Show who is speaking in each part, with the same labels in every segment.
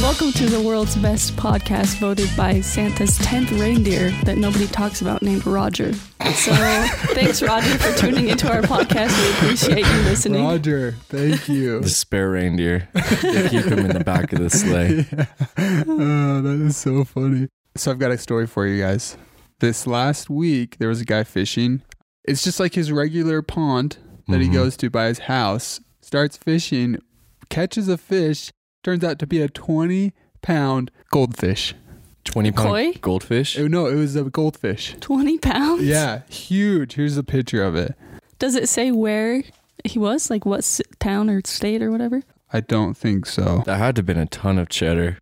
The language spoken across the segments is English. Speaker 1: Welcome to the world's best podcast voted by Santa's 10th reindeer that nobody talks about named Roger. So thanks, Roger, for tuning into our podcast. We appreciate you listening.
Speaker 2: Roger, thank you.
Speaker 3: The spare reindeer. They keep him in the back of the sleigh.
Speaker 2: oh, that is so funny. So I've got a story for you guys. This last week, there was a guy fishing. It's just like his regular pond that he
Speaker 3: Mhm.
Speaker 2: goes to by his house. Starts fishing, catches a fish. Turns out to be a twenty-pound goldfish.
Speaker 3: 20 pound
Speaker 1: Koi?
Speaker 3: goldfish.
Speaker 2: Oh, no, it was a goldfish.
Speaker 1: 20 pounds?
Speaker 2: Yeah, huge. Here's a picture of it.
Speaker 1: Does it say where he was? Like what s- town or state or whatever?
Speaker 2: I don't think so.
Speaker 3: That had to have been a ton of cheddar.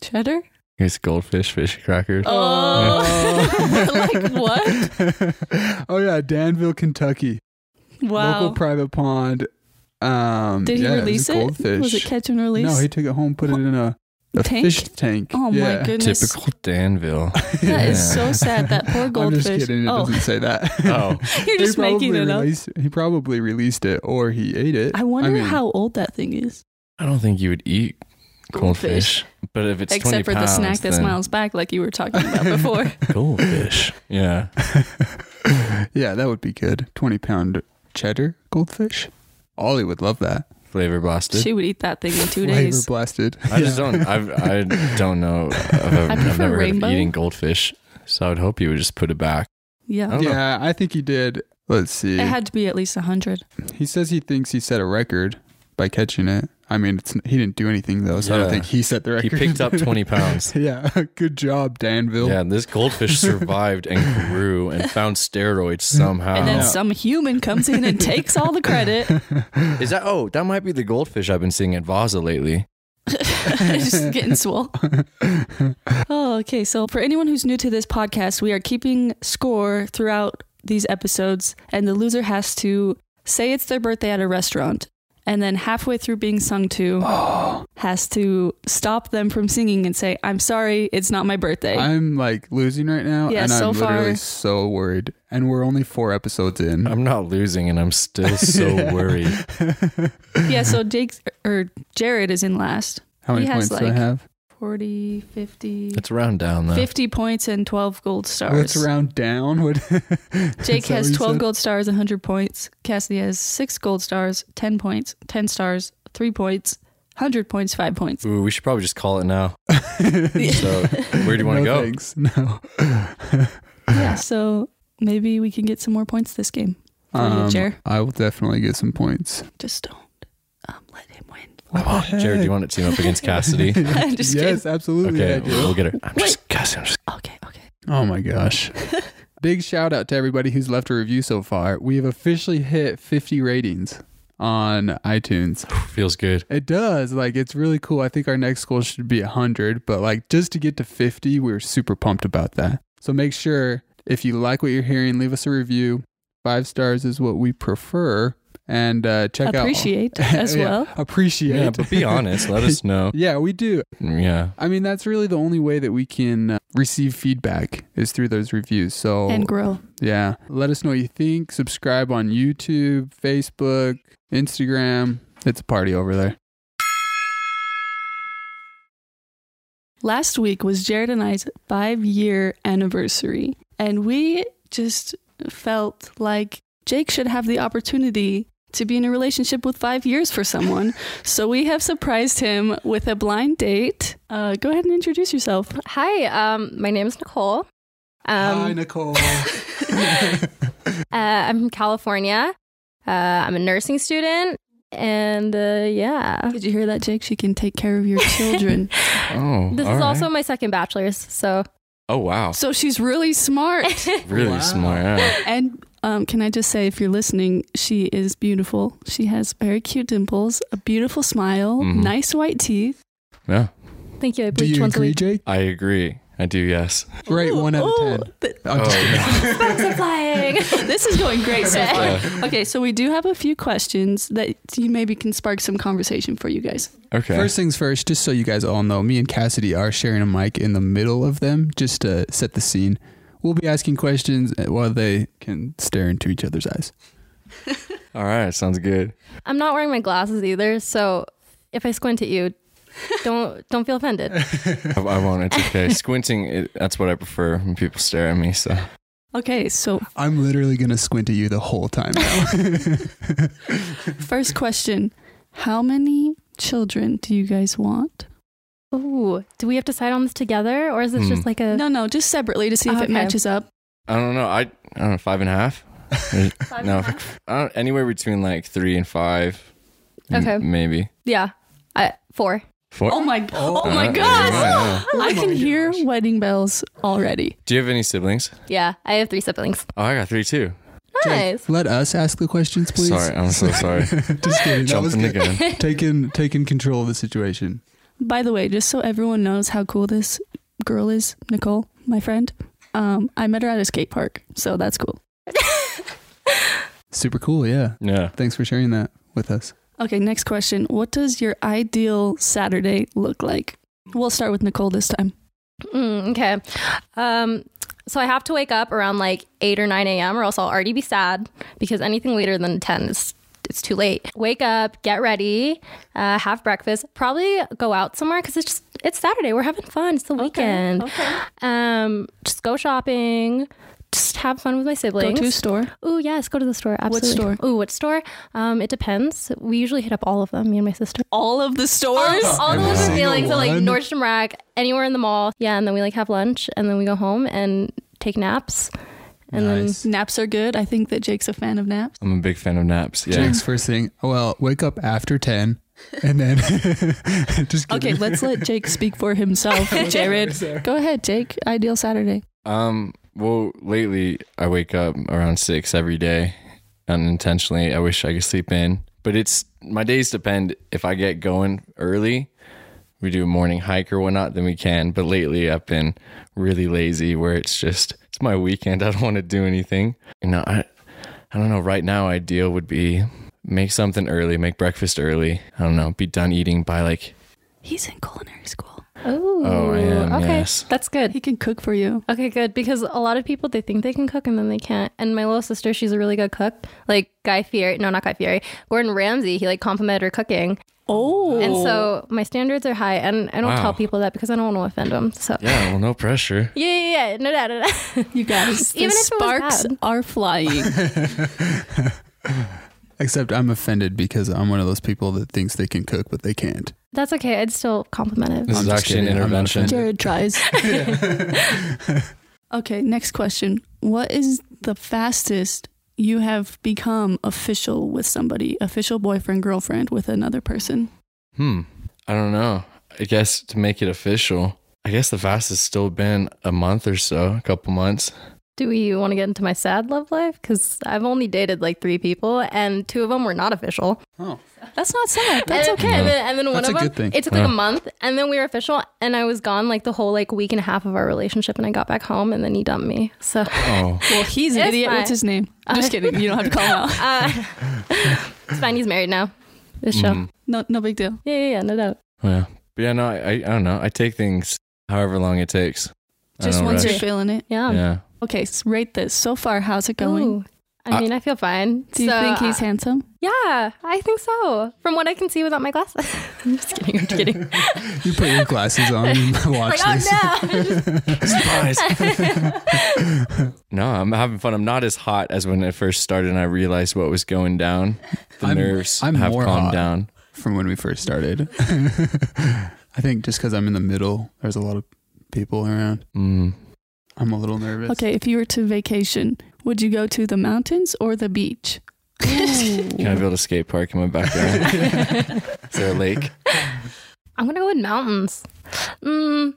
Speaker 1: Cheddar?
Speaker 3: Here's goldfish, fish crackers.
Speaker 1: Oh. Like,
Speaker 2: what? Oh yeah, Danville, Kentucky.
Speaker 1: Wow.
Speaker 2: Local private pond. Um,
Speaker 1: Did he
Speaker 2: yeah, was
Speaker 1: release
Speaker 2: a
Speaker 1: it?
Speaker 2: goldfish.
Speaker 1: Was it catch and release?
Speaker 2: No, he took it home, put it in a, a
Speaker 1: Tank?
Speaker 2: fish tank.
Speaker 1: Oh
Speaker 2: yeah.
Speaker 1: my goodness.
Speaker 3: Typical Danville.
Speaker 1: That is
Speaker 3: Yeah.
Speaker 1: so sad. That poor goldfish.
Speaker 2: I'm just kidding. It
Speaker 1: oh,
Speaker 2: doesn't say that.
Speaker 3: Oh.
Speaker 1: you're
Speaker 2: They
Speaker 1: just making
Speaker 2: probably
Speaker 1: it up.
Speaker 2: released, He probably released it or he ate it.
Speaker 1: I wonder
Speaker 2: mean,
Speaker 1: how old that thing is.
Speaker 3: I don't think you would eat
Speaker 1: Goldfish.
Speaker 3: goldfish, but if it's 20
Speaker 1: Except for the
Speaker 3: pounds,
Speaker 1: snack that
Speaker 3: then
Speaker 1: smiles back, like you were talking about before.
Speaker 3: goldfish. Yeah,
Speaker 2: yeah, that would be good. 20 pound cheddar goldfish. Ollie would love that.
Speaker 3: flavor blasted.
Speaker 1: she would eat that thing in two
Speaker 2: Flavor
Speaker 1: days.
Speaker 2: blasted.
Speaker 3: I just don't. I've, I don't know. I've, ever,
Speaker 1: I
Speaker 3: I've
Speaker 1: prefer
Speaker 3: never heard of
Speaker 1: rainbow.
Speaker 3: eating goldfish, so I would hope you would just put it back. I
Speaker 2: Oh,
Speaker 1: Yeah.
Speaker 3: don't know.
Speaker 2: yeah, I think he did. Let's see.
Speaker 1: It had to be at least 100.
Speaker 2: He says he thinks he set a record by catching it. I mean, it's he didn't do anything though, so I don't
Speaker 3: Yeah.
Speaker 2: think he set the
Speaker 3: He
Speaker 2: record.
Speaker 3: picked up 20 pounds.
Speaker 2: yeah, good job, Danville.
Speaker 3: Yeah, this goldfish survived and grew and found steroids somehow.
Speaker 1: And then
Speaker 2: Oh.
Speaker 1: some human comes in and takes all the credit.
Speaker 3: Is that oh, that might be the goldfish I've been seeing at Vaza lately.
Speaker 1: just getting swole. oh, okay. So, for anyone who's new to this podcast, we are keeping score throughout these episodes, and the loser has to say it's their birthday at a restaurant, and then halfway through being sung to, has to stop them from singing and say, "I'm sorry, it's not my birthday."
Speaker 2: I'm like losing right now,
Speaker 1: Yeah,
Speaker 2: and I'm
Speaker 1: so
Speaker 2: literally
Speaker 1: far-
Speaker 2: so worried. And we're only four episodes in.
Speaker 3: I'm not losing and I'm still so worried.
Speaker 1: yeah. So Jake or Jared is in last.
Speaker 2: How many
Speaker 1: He has,
Speaker 2: points do I
Speaker 1: like,
Speaker 2: have?
Speaker 1: 40, 50,
Speaker 3: Let's round down though.
Speaker 1: 50 points and 12 gold stars.
Speaker 2: Let's round down. What?
Speaker 1: Jake
Speaker 2: that what
Speaker 1: has
Speaker 2: you
Speaker 1: 12
Speaker 2: said?
Speaker 1: gold stars, 100 points. Cassidy has 6 gold stars, 10 points, 10 stars, 3 points, 100 points, 5 points.
Speaker 3: Ooh, we should probably just call it now. So where do you want
Speaker 2: no
Speaker 3: to go?
Speaker 2: Thanks. No.
Speaker 1: yeah, so maybe we can get some more points this game. For you, Jer.
Speaker 2: Um, I will definitely get some points.
Speaker 1: Just don't um, let him win.
Speaker 3: Come on, Jared, do you want to team up against Cassidy?
Speaker 1: I'm just
Speaker 2: yes,
Speaker 1: kidding.
Speaker 2: absolutely.
Speaker 3: okay,
Speaker 2: I do.
Speaker 3: we'll get her. I'm just Cassidy. I'm just
Speaker 1: Okay, okay.
Speaker 2: Oh my gosh. Big shout out to everybody who's left a review so far. We have officially hit 50 ratings on iTunes.
Speaker 3: feels good.
Speaker 2: It does. Like, it's really cool. I think our next goal should be 100, but like, just to get to 50, we we're super pumped about that. So make sure if you like what you're hearing, leave us a review. Five stars is what we prefer. And uh, check
Speaker 1: Appreciate
Speaker 2: out
Speaker 1: as
Speaker 2: Yeah,
Speaker 1: well.
Speaker 2: Appreciate.
Speaker 3: Yeah, but be honest. Let us know.
Speaker 2: yeah, we do.
Speaker 3: Yeah.
Speaker 2: I mean, that's really the only way that we can uh, receive feedback is through those reviews. So
Speaker 1: And grow.
Speaker 2: yeah. Let us know what you think. Subscribe on YouTube, Facebook, Instagram. It's a party over there.
Speaker 1: Last week was Jared and I's five year anniversary, and we just felt like Jake should have the opportunity to be in a relationship with five years for someone. so we have surprised him with a blind date. Uh, go ahead and introduce yourself.
Speaker 4: Hi, um, my name is Nicole. Um,
Speaker 2: Nicole.
Speaker 4: uh, I'm from California. Uh, I'm a nursing student, and uh, yeah,
Speaker 1: Did you hear that, Jake? She can take care of your children.
Speaker 3: Oh.
Speaker 4: this
Speaker 3: all
Speaker 4: is
Speaker 3: right.
Speaker 4: also my second bachelor's. So
Speaker 3: Oh wow.
Speaker 1: so she's really smart.
Speaker 3: Really
Speaker 2: Wow.
Speaker 3: smart. yeah.
Speaker 1: And um, can I just say, if you're listening, she is beautiful. She has very cute dimples, a beautiful smile,
Speaker 2: Mm-hmm.
Speaker 3: Mhm.
Speaker 1: nice white teeth.
Speaker 3: Yeah.
Speaker 4: thank you. I
Speaker 2: do
Speaker 4: bleach
Speaker 2: you
Speaker 4: once a
Speaker 2: agree,
Speaker 4: week.
Speaker 2: Jake?
Speaker 3: I agree. I do. Yes.
Speaker 2: Rate one out of
Speaker 1: Ooh,
Speaker 2: ten.
Speaker 1: th-
Speaker 2: I'm just
Speaker 3: Oh,
Speaker 2: kidding.
Speaker 4: Sparks are flying.
Speaker 1: this is going great so far.
Speaker 3: Yeah.
Speaker 1: Okay, so we do have a few questions that you maybe can spark some conversation for you guys.
Speaker 3: Okay.
Speaker 2: First things first, just so you guys all know, me and Cassidy are sharing a mic in the middle of them just to set the scene. We'll be asking questions while they can stare into each other's eyes.
Speaker 3: All right. Sounds good.
Speaker 4: I'm not wearing my glasses either, so if I squint at you, Don't don't feel offended.
Speaker 3: I, I won't. It's okay. Squinting, it, that's what I prefer when people stare at me. So
Speaker 1: Okay, so
Speaker 2: I'm literally gonna squint at you the whole time now.
Speaker 1: first question How many children do you guys want?
Speaker 4: Ooh, do we have to decide on this together, or is this just
Speaker 3: Hmm.
Speaker 4: like a
Speaker 1: No, no, just separately to see if it
Speaker 4: Okay.
Speaker 1: matches up.
Speaker 3: I don't know. I, I don't know. Five and a half. no. I don't, anywhere between like three and five. m-
Speaker 4: Okay.
Speaker 3: maybe
Speaker 4: Yeah, I, four.
Speaker 3: four.
Speaker 1: Oh my, oh,
Speaker 2: Oh
Speaker 1: my
Speaker 3: Uh,
Speaker 1: gosh.
Speaker 3: yeah.
Speaker 1: I can hear wedding bells already.
Speaker 3: Do you have any siblings?
Speaker 4: Yeah, I have three siblings.
Speaker 3: Oh, I got three too.
Speaker 4: Nice.
Speaker 2: Let us ask the questions, please.
Speaker 3: Sorry, I'm so sorry.
Speaker 2: Just kidding. That was
Speaker 3: Jumping the
Speaker 2: good.
Speaker 3: gun.
Speaker 2: taking taking control of the situation.
Speaker 1: By the way, just so everyone knows how cool this girl is, Nicole, my friend, um, I met her at a skate park, so that's cool.
Speaker 2: Super cool. Yeah.
Speaker 3: Yeah.
Speaker 2: Thanks for sharing that with us.
Speaker 1: Okay, next question. What does your ideal Saturday look like? We'll start with Nicole this time.
Speaker 4: Mm, okay. Um, so I have to wake up around like 8 or 9 a.m. or else I'll already be sad because anything later than 10 is it's too late. Wake up, get ready, uh, have breakfast, probably go out somewhere because it's just it's Saturday. We're having fun. It's the weekend.
Speaker 1: Okay.
Speaker 4: Um, just go shopping. Just have fun with my
Speaker 1: Go
Speaker 4: siblings.
Speaker 1: to store.
Speaker 4: Oh yes, go to the store. Absolutely.
Speaker 1: store?
Speaker 4: Ooh, what store? Um, it depends. We usually hit up all of them. Me and my sister.
Speaker 1: All of the stores.
Speaker 4: All the
Speaker 2: Every
Speaker 4: ones
Speaker 2: single
Speaker 4: feelings are like
Speaker 2: one?
Speaker 4: Nordstrom Rack, anywhere in the mall. Yeah, and then we like have lunch, and then we go home and take naps. And then-
Speaker 2: nice.
Speaker 1: Naps are good. I think that Jake's a fan of naps.
Speaker 3: I'm a big fan of naps. Yeah.
Speaker 2: Jake's first thing. Well, wake up after ten, and then just
Speaker 1: Okay,
Speaker 2: kidding.
Speaker 1: let's let Jake speak for himself. Jared, go ahead, Jake. Ideal Saturday.
Speaker 3: Um. Well, lately I wake up around six every day, unintentionally. I wish I could sleep in, but it's my days depend. If I get going early, we do a morning hike or whatnot, then we can. But lately I've been really lazy, where it's just it's my weekend. I don't want to do anything. You know, I I don't know. Right now, ideal would be make something early, make breakfast early. I don't know, be done eating by like
Speaker 1: He's in culinary school.
Speaker 4: Ooh,
Speaker 3: Oh, I am,
Speaker 4: okay,
Speaker 3: yes.
Speaker 4: that's good.
Speaker 1: He can cook for you.
Speaker 4: Okay, good because a lot of people they think they can cook and then they can't. And my little sister, she's a really good cook. Like Guy Fieri, no, not Guy Fieri, Gordon Ramsay. He like complimented her cooking,
Speaker 1: Oh.
Speaker 4: and so my standards are high. And I don't
Speaker 3: Wow.
Speaker 4: tell people that because I don't want to offend them. So yeah,
Speaker 3: yeah, well, no pressure.
Speaker 4: yeah, yeah, no, no, no, no.
Speaker 1: you guys, the
Speaker 4: Even if it was
Speaker 1: sparks
Speaker 4: bad.
Speaker 1: are flying.
Speaker 2: Except I'm offended because I'm one of those people that thinks they can cook but they can't.
Speaker 4: That's okay. I'd still compliment it.
Speaker 3: This
Speaker 2: I'm
Speaker 3: is
Speaker 2: just
Speaker 3: actually
Speaker 2: kidding,
Speaker 3: an
Speaker 2: I'm not
Speaker 3: intervention.
Speaker 2: offended.
Speaker 1: Jared tries. okay, next question. What is the fastest you have become official with somebody, official boyfriend, girlfriend with another person?
Speaker 3: Hmm. I don't know. I guess to make it official, I guess the fastest still been a month or so, a couple months.
Speaker 4: Do we want to get into my sad love life? Because I've only dated like three people, and two of them were not official.
Speaker 2: Oh,
Speaker 1: That's not sad. That's
Speaker 4: and,
Speaker 1: okay.
Speaker 4: And then, and then one
Speaker 2: That's
Speaker 4: of
Speaker 2: a
Speaker 4: them,
Speaker 2: good thing.
Speaker 4: it took like a
Speaker 3: Yeah.
Speaker 4: month, and then we were official, and I was gone like the whole like week and a half of our relationship, and I got back home, and then he dumped me. So,
Speaker 3: Oh,
Speaker 1: Well, he's an
Speaker 4: It's
Speaker 1: idiot.
Speaker 4: fine.
Speaker 1: What's his name? Just kidding. You don't have to call him out.
Speaker 4: uh, it's fine. He's married now. This show.
Speaker 3: Mm.
Speaker 1: No, no big deal.
Speaker 4: Yeah, yeah, yeah, no doubt.
Speaker 3: yeah. But yeah, no, I, I, I don't know. I take things however long it takes. I
Speaker 1: Just
Speaker 3: don't
Speaker 1: once Um.
Speaker 3: rush.
Speaker 1: you're feeling it.
Speaker 4: Yeah.
Speaker 3: yeah.
Speaker 1: Okay, s rate this. So far, how's it going?
Speaker 4: Ooh. I
Speaker 3: I-
Speaker 2: Uh,
Speaker 4: mean, I feel fine.
Speaker 1: Do you
Speaker 4: So,
Speaker 1: think he's
Speaker 4: uh,
Speaker 1: handsome?
Speaker 4: yeah, I think so. From what I can see without my glasses. I'm just kidding. I'm just kidding.
Speaker 2: you put your glasses on and watch
Speaker 4: like, oh no.
Speaker 2: this.
Speaker 3: Surprise. no, I'm having fun. I'm not as hot as when it first started and I realized what was going down. The
Speaker 2: I'm-
Speaker 3: nerves
Speaker 2: I'm
Speaker 3: have
Speaker 2: more
Speaker 3: calmed
Speaker 2: hot.
Speaker 3: down.
Speaker 2: From when we first started, I think just because I'm in the middle, there's a lot of people around.
Speaker 3: Mm.
Speaker 2: I'm a little nervous.
Speaker 1: Okay, if you were to vacation, would you go to the mountains or the beach?
Speaker 3: Can I build a skate park in my backyard? Is there a lake?
Speaker 4: I'm gonna go with mountains. Mm,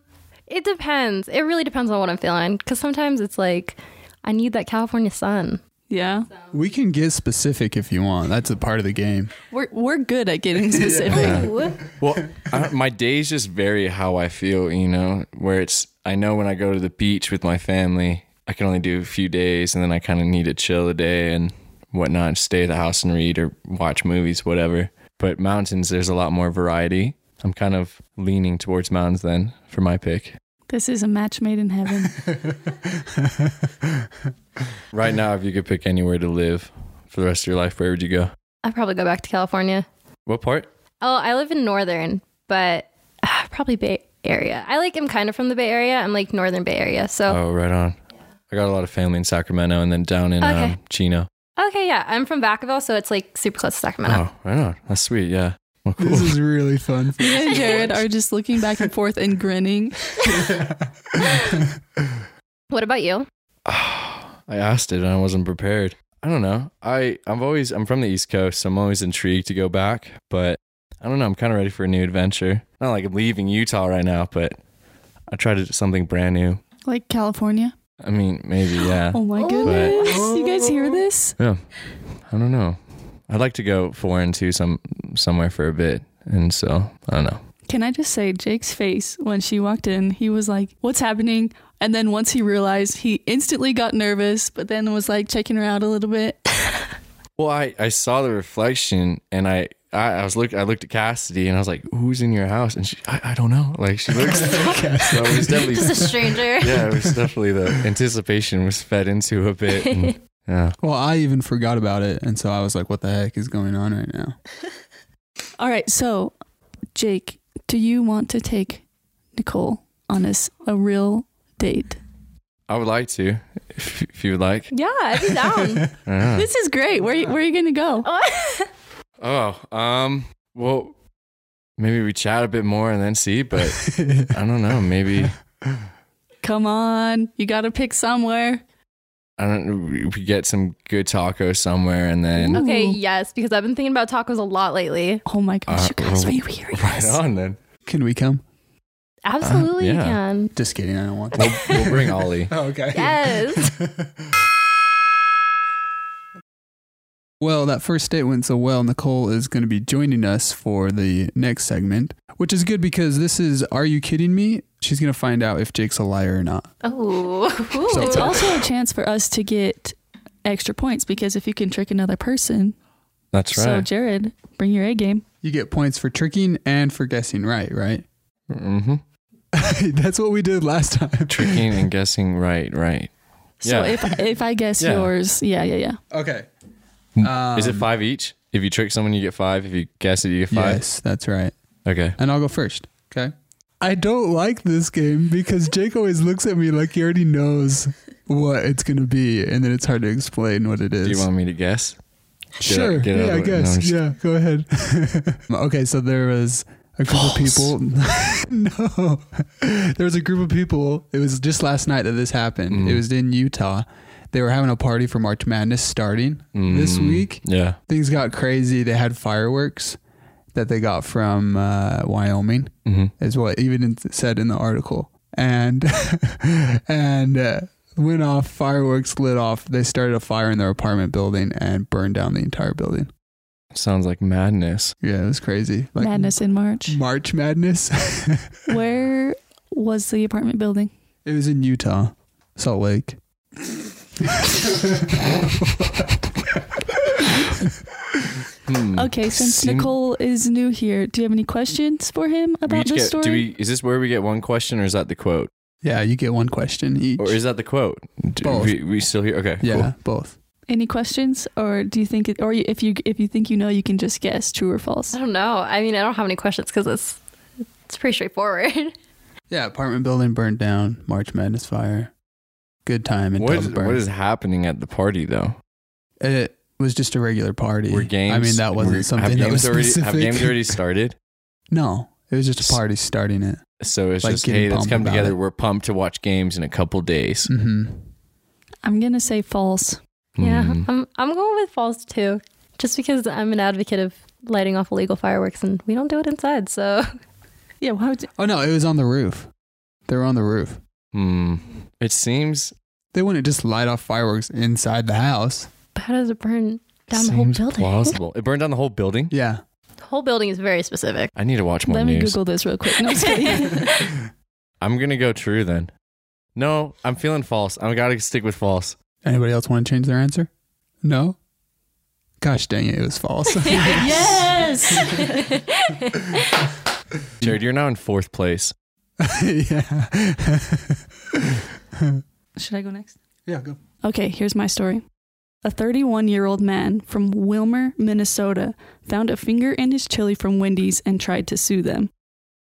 Speaker 4: it depends. It really depends on what I'm feeling. Because sometimes it's like, I need that California sun.
Speaker 1: Yeah.
Speaker 2: We can get specific if you want. That's a part of the game.
Speaker 1: We're, we're good at getting specific.
Speaker 3: Yeah.
Speaker 4: Ooh.
Speaker 3: Well, I, don't- my days just vary how I feel, you know, where it's, I know when I go to the beach with my family, I can only do a few days and then I kind of need to chill a day and whatnot, stay at the house and read or watch movies, whatever. But mountains, there's a lot more variety. I'm kind of leaning towards mountains then for my pick.
Speaker 1: This is a match made in heaven.
Speaker 3: Right now, if you could pick anywhere to live for the rest of your life, where would you go?
Speaker 4: I'd probably go back to California.
Speaker 3: What part?
Speaker 4: Oh, I live in Northern, but probably Bay Area. I like am kind of from the Bay Area. I'm like Northern Bay Area. So
Speaker 3: Oh, right on. I got a lot of family in Sacramento and then down in
Speaker 4: Okay.
Speaker 3: um, Chino.
Speaker 4: okay, yeah, I'm from Vacaville, so it's like super close to Sacramento.
Speaker 3: Oh, right on. That's sweet. Yeah. Well, cool.
Speaker 2: This is really fun.
Speaker 1: Me and Jared are just looking back and forth and grinning.
Speaker 4: What about you?
Speaker 3: I asked it and I wasn't prepared. I don't know. I I'm always I'm from the East Coast, so I'm always intrigued to go back, but I don't know, I'm kind of ready for a new adventure. Not like I'm leaving Utah right now, but I tried to do something brand new.
Speaker 1: Like California.
Speaker 3: I mean, maybe yeah.
Speaker 1: Oh my
Speaker 4: Oh.
Speaker 1: goodness. You guys hear this?
Speaker 3: Yeah. I don't know. I'd like to go foreign to some somewhere for a bit. And so, I don't know.
Speaker 1: Can I just say Jake's face when she walked in, he was like, What's happening? And then once he realized, he instantly got nervous, but then was like checking her out a little bit.
Speaker 3: Well, I, I saw the reflection and I, I, I was look I looked at Cassidy and I was like, who's in your house? And she I, I don't know. Like she looks so it was definitely
Speaker 4: Just a stranger.
Speaker 3: Yeah, it was definitely the anticipation was fed into a bit. and- yeah.
Speaker 2: Well, I even forgot about it, and so I was like, "What the heck is going on right now?"
Speaker 1: All right, so Jake, do you want to take Nicole on this a real date?
Speaker 3: I would like to, if, if you would like.
Speaker 4: Yeah, I'd be down.
Speaker 3: I don't know.
Speaker 1: This is great. Where where are you gonna go?
Speaker 4: Oh.
Speaker 3: Oh, um, well, maybe we chat a bit more and then see, but I don't know. Maybe
Speaker 1: Come on, you gotta pick somewhere.
Speaker 3: I don't. We we get some good tacos somewhere and then
Speaker 1: Ooh.
Speaker 4: okay, yes, because I've been thinking about tacos a lot lately.
Speaker 1: Oh my gosh,
Speaker 3: Uh,
Speaker 1: you guys,
Speaker 3: well,
Speaker 1: we hear you
Speaker 3: right
Speaker 1: guys.
Speaker 3: on. Then
Speaker 2: Can we come?
Speaker 4: Absolutely,
Speaker 3: yeah.
Speaker 4: you can.
Speaker 2: Just kidding. I don't want.
Speaker 3: we'll, we'll bring Ollie.
Speaker 2: oh, okay.
Speaker 4: Yes.
Speaker 2: Well, that first date went so well. Nicole is going to be joining us for the next segment, which is good because this is Are You Kidding Me? She's going to find out if Jake's a liar or not.
Speaker 4: Oh,
Speaker 2: So-
Speaker 1: It's also a chance for us to get extra points because if you can trick another person,
Speaker 3: That's
Speaker 1: so
Speaker 3: right.
Speaker 1: Jared, bring your A game.
Speaker 2: You get points for tricking and for guessing right, right?
Speaker 3: mm-hmm.
Speaker 2: That's what we did last time.
Speaker 3: Tricking and guessing. Right. Right.
Speaker 1: So
Speaker 3: Yeah.
Speaker 1: if if I guess
Speaker 3: Yeah.
Speaker 1: yours, yeah, yeah, yeah.
Speaker 2: Okay.
Speaker 3: Is
Speaker 2: Um,
Speaker 3: it five each? If you trick someone, you get five. If you guess it, you get five.
Speaker 2: Yes, that's right.
Speaker 3: Okay.
Speaker 2: And I'll go first. Okay. I don't like this game because Jake always looks at me like he already knows what it's going to be, and then it's hard to explain what it is.
Speaker 3: Do you want me to guess? Get out-
Speaker 2: Sure.
Speaker 3: get out
Speaker 2: yeah,
Speaker 3: of
Speaker 2: I
Speaker 3: the way. No, I'm
Speaker 2: guess.
Speaker 3: just-
Speaker 2: yeah, go ahead. okay, so there was a group
Speaker 3: False.
Speaker 2: of people. no, there was a group of people. It was just last night that this happened.
Speaker 3: Mm.
Speaker 2: It was in Utah. They were having a party for March Madness starting this
Speaker 3: Mm,
Speaker 2: week.
Speaker 3: Yeah.
Speaker 2: Things got crazy. They had fireworks that they got from uh, Wyoming
Speaker 3: Mm-hmm.
Speaker 2: is what even in, said in the article. And and uh, went off fireworks lit off. They started a fire in their apartment building and burned down the entire building.
Speaker 3: Sounds like madness.
Speaker 2: Yeah, it was crazy. Like
Speaker 1: Madness in March.
Speaker 2: March Madness.
Speaker 1: Where was the apartment building?
Speaker 2: it was in Utah, Salt Lake.
Speaker 3: Hmm.
Speaker 1: Okay, since
Speaker 3: Seem-
Speaker 1: Nicole is new here, do you have any questions for him
Speaker 3: we
Speaker 1: about
Speaker 3: each
Speaker 1: this
Speaker 3: get,
Speaker 1: story?
Speaker 3: Do we? Is this where we get one question, or is that the quote,
Speaker 2: Yeah, you get one question each.
Speaker 3: or is that the quote? Do,
Speaker 2: Both.
Speaker 3: We, we still here? Okay.
Speaker 2: yeah,
Speaker 3: Cool.
Speaker 2: both.
Speaker 1: Any questions, or do you think, it, or you- if you if you think you know, you can just guess true or false?
Speaker 4: I don't know. I mean, I don't have any questions because it's it's pretty straightforward.
Speaker 2: Yeah, apartment building burned down. March Madness fire. Good time in
Speaker 3: What is,
Speaker 2: Tulsa burn.
Speaker 3: what is happening at the party though?
Speaker 2: It was just a regular party.
Speaker 3: Were games?
Speaker 2: I mean, that wasn't
Speaker 3: were-
Speaker 2: something
Speaker 3: Have
Speaker 2: that
Speaker 3: games
Speaker 2: was
Speaker 3: already?
Speaker 2: specific.
Speaker 3: Have games already started?
Speaker 2: No, it was just a party starting it.
Speaker 3: So it's
Speaker 2: Like
Speaker 3: just
Speaker 2: getting
Speaker 3: hey, let's
Speaker 2: pumped
Speaker 3: come
Speaker 2: about
Speaker 3: together.
Speaker 2: it.
Speaker 3: We're pumped to watch games in a couple days.
Speaker 2: hmm
Speaker 1: I'm gonna say false.
Speaker 2: Mm.
Speaker 4: Yeah,
Speaker 3: Hmm.
Speaker 4: I'm I'm going with false too, just because I'm an advocate of lighting off illegal fireworks and we don't do it inside. So
Speaker 1: Yeah, why would
Speaker 2: Oh no, it was on the roof. They were on the roof.
Speaker 3: Hmm. It seems
Speaker 2: They wouldn't just light off fireworks inside the house.
Speaker 4: but how does it burn down the whole
Speaker 3: seems
Speaker 4: building?
Speaker 3: plausible. It burned down the whole building.
Speaker 2: Yeah.
Speaker 4: The whole building is very specific.
Speaker 3: I need to watch more
Speaker 1: let me
Speaker 3: news.
Speaker 1: Google this real quick. No, I'm just kidding.
Speaker 3: I'm gonna go true then. No, I'm feeling false. I gotta stick with false.
Speaker 2: Anybody else want to change their answer? No. Gosh dang it, it was false.
Speaker 1: yes.
Speaker 2: Mm.
Speaker 3: Jared, you're now in fourth place.
Speaker 2: yeah.
Speaker 1: Should I go next?
Speaker 2: yeah. Go.
Speaker 1: Okay, here's my story. A 31 year old man from Wilmer, Minnesota, found a finger in his chili from Wendy's and tried to sue them.